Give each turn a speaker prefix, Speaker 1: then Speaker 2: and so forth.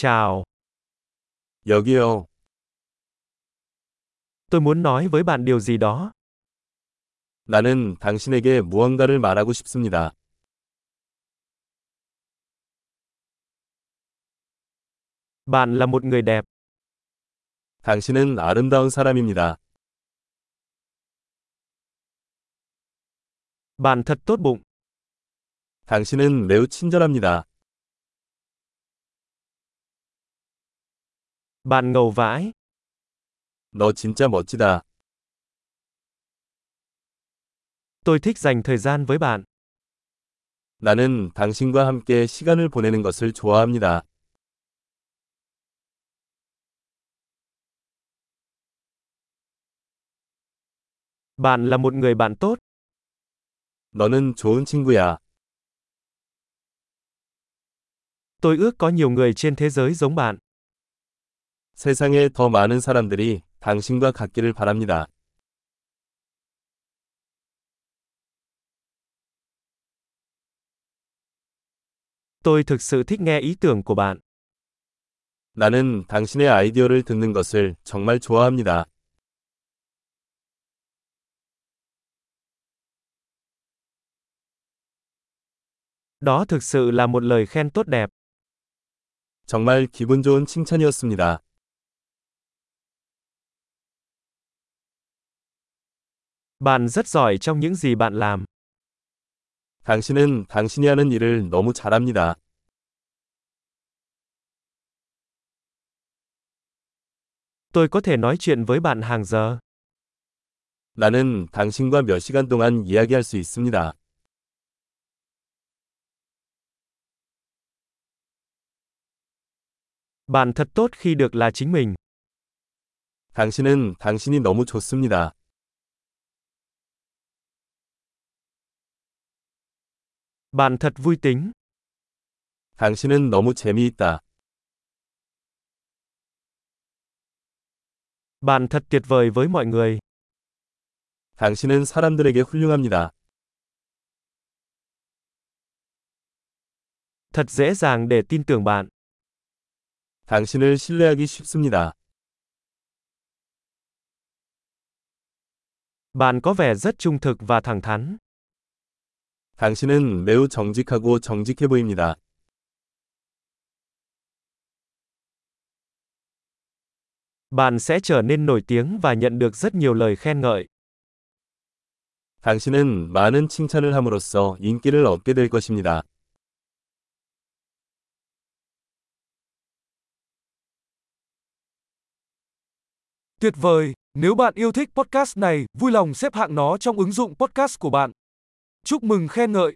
Speaker 1: Chào,
Speaker 2: 여기요.
Speaker 1: tôi muốn nói với bạn điều gì đó.
Speaker 2: 나는 당신에게 무언가를 말하고 싶습니다.
Speaker 1: Bạn là một người đẹp,
Speaker 2: 당신은 아름다운 사람입니다.
Speaker 1: bạn thật tốt bụng,
Speaker 2: 당신은 매우 친절합니다.
Speaker 1: bạn ngầu vãi,
Speaker 2: 너 진짜 멋지다.
Speaker 1: tôi thích dành thời gian với bạn,
Speaker 2: 나는 당신과 함께 시간을 보내는 것을 좋아합니다.
Speaker 1: bạn là một người bạn tốt,
Speaker 2: 너는 좋은 친구야.
Speaker 1: tôi ước có nhiều người trên thế giới giống bạn.
Speaker 2: 세상에 더 많은 사람들이 당신과 같기를 바랍니다.
Speaker 1: Tôi thực sự thích nghe ý tưởng của bạn.
Speaker 2: 나는 당신의 아이디어를 듣는 것을 정말 좋아합니다.
Speaker 1: Đó thực sự là một lời khen tốt đẹp.
Speaker 2: 정말 기분 좋은 칭찬이었습니다.
Speaker 1: Bạn rất giỏi trong những gì bạn làm.
Speaker 2: 당신은 당신이 하는 일을 너무 잘합니다.
Speaker 1: Tôi có thể nói chuyện với bạn hàng giờ.
Speaker 2: 나는 당신과 몇 시간 동안 이야기할 수 있습니다.
Speaker 1: Bạn thật tốt khi được là chính mình.
Speaker 2: 당신은 당신이 너무 좋습니다.
Speaker 1: Bạn thật vui tính.
Speaker 2: 당신은 너무 재미있다.
Speaker 1: Bạn thật tuyệt vời với mọi người.
Speaker 2: 당신은 사람들에게 훌륭합니다.
Speaker 1: Thật dễ dàng để tin tưởng bạn.
Speaker 2: 당신을 신뢰하기 쉽습니다.
Speaker 1: Bạn có vẻ rất trung thực và thẳng thắn.
Speaker 2: 당신은 매우 정직하고 정직해 보입니다.
Speaker 1: Bạn sẽ trở nên nổi tiếng và nhận được rất nhiều lời khen ngợi.
Speaker 2: 당신은 많은 칭찬을 함으로써 인기를 얻게 될 것입니다.
Speaker 3: Tuyệt vời! Nếu bạn yêu thích podcast này, vui lòng xếp hạng nó trong ứng dụng podcast của bạn. Chúc mừng khen ngợi!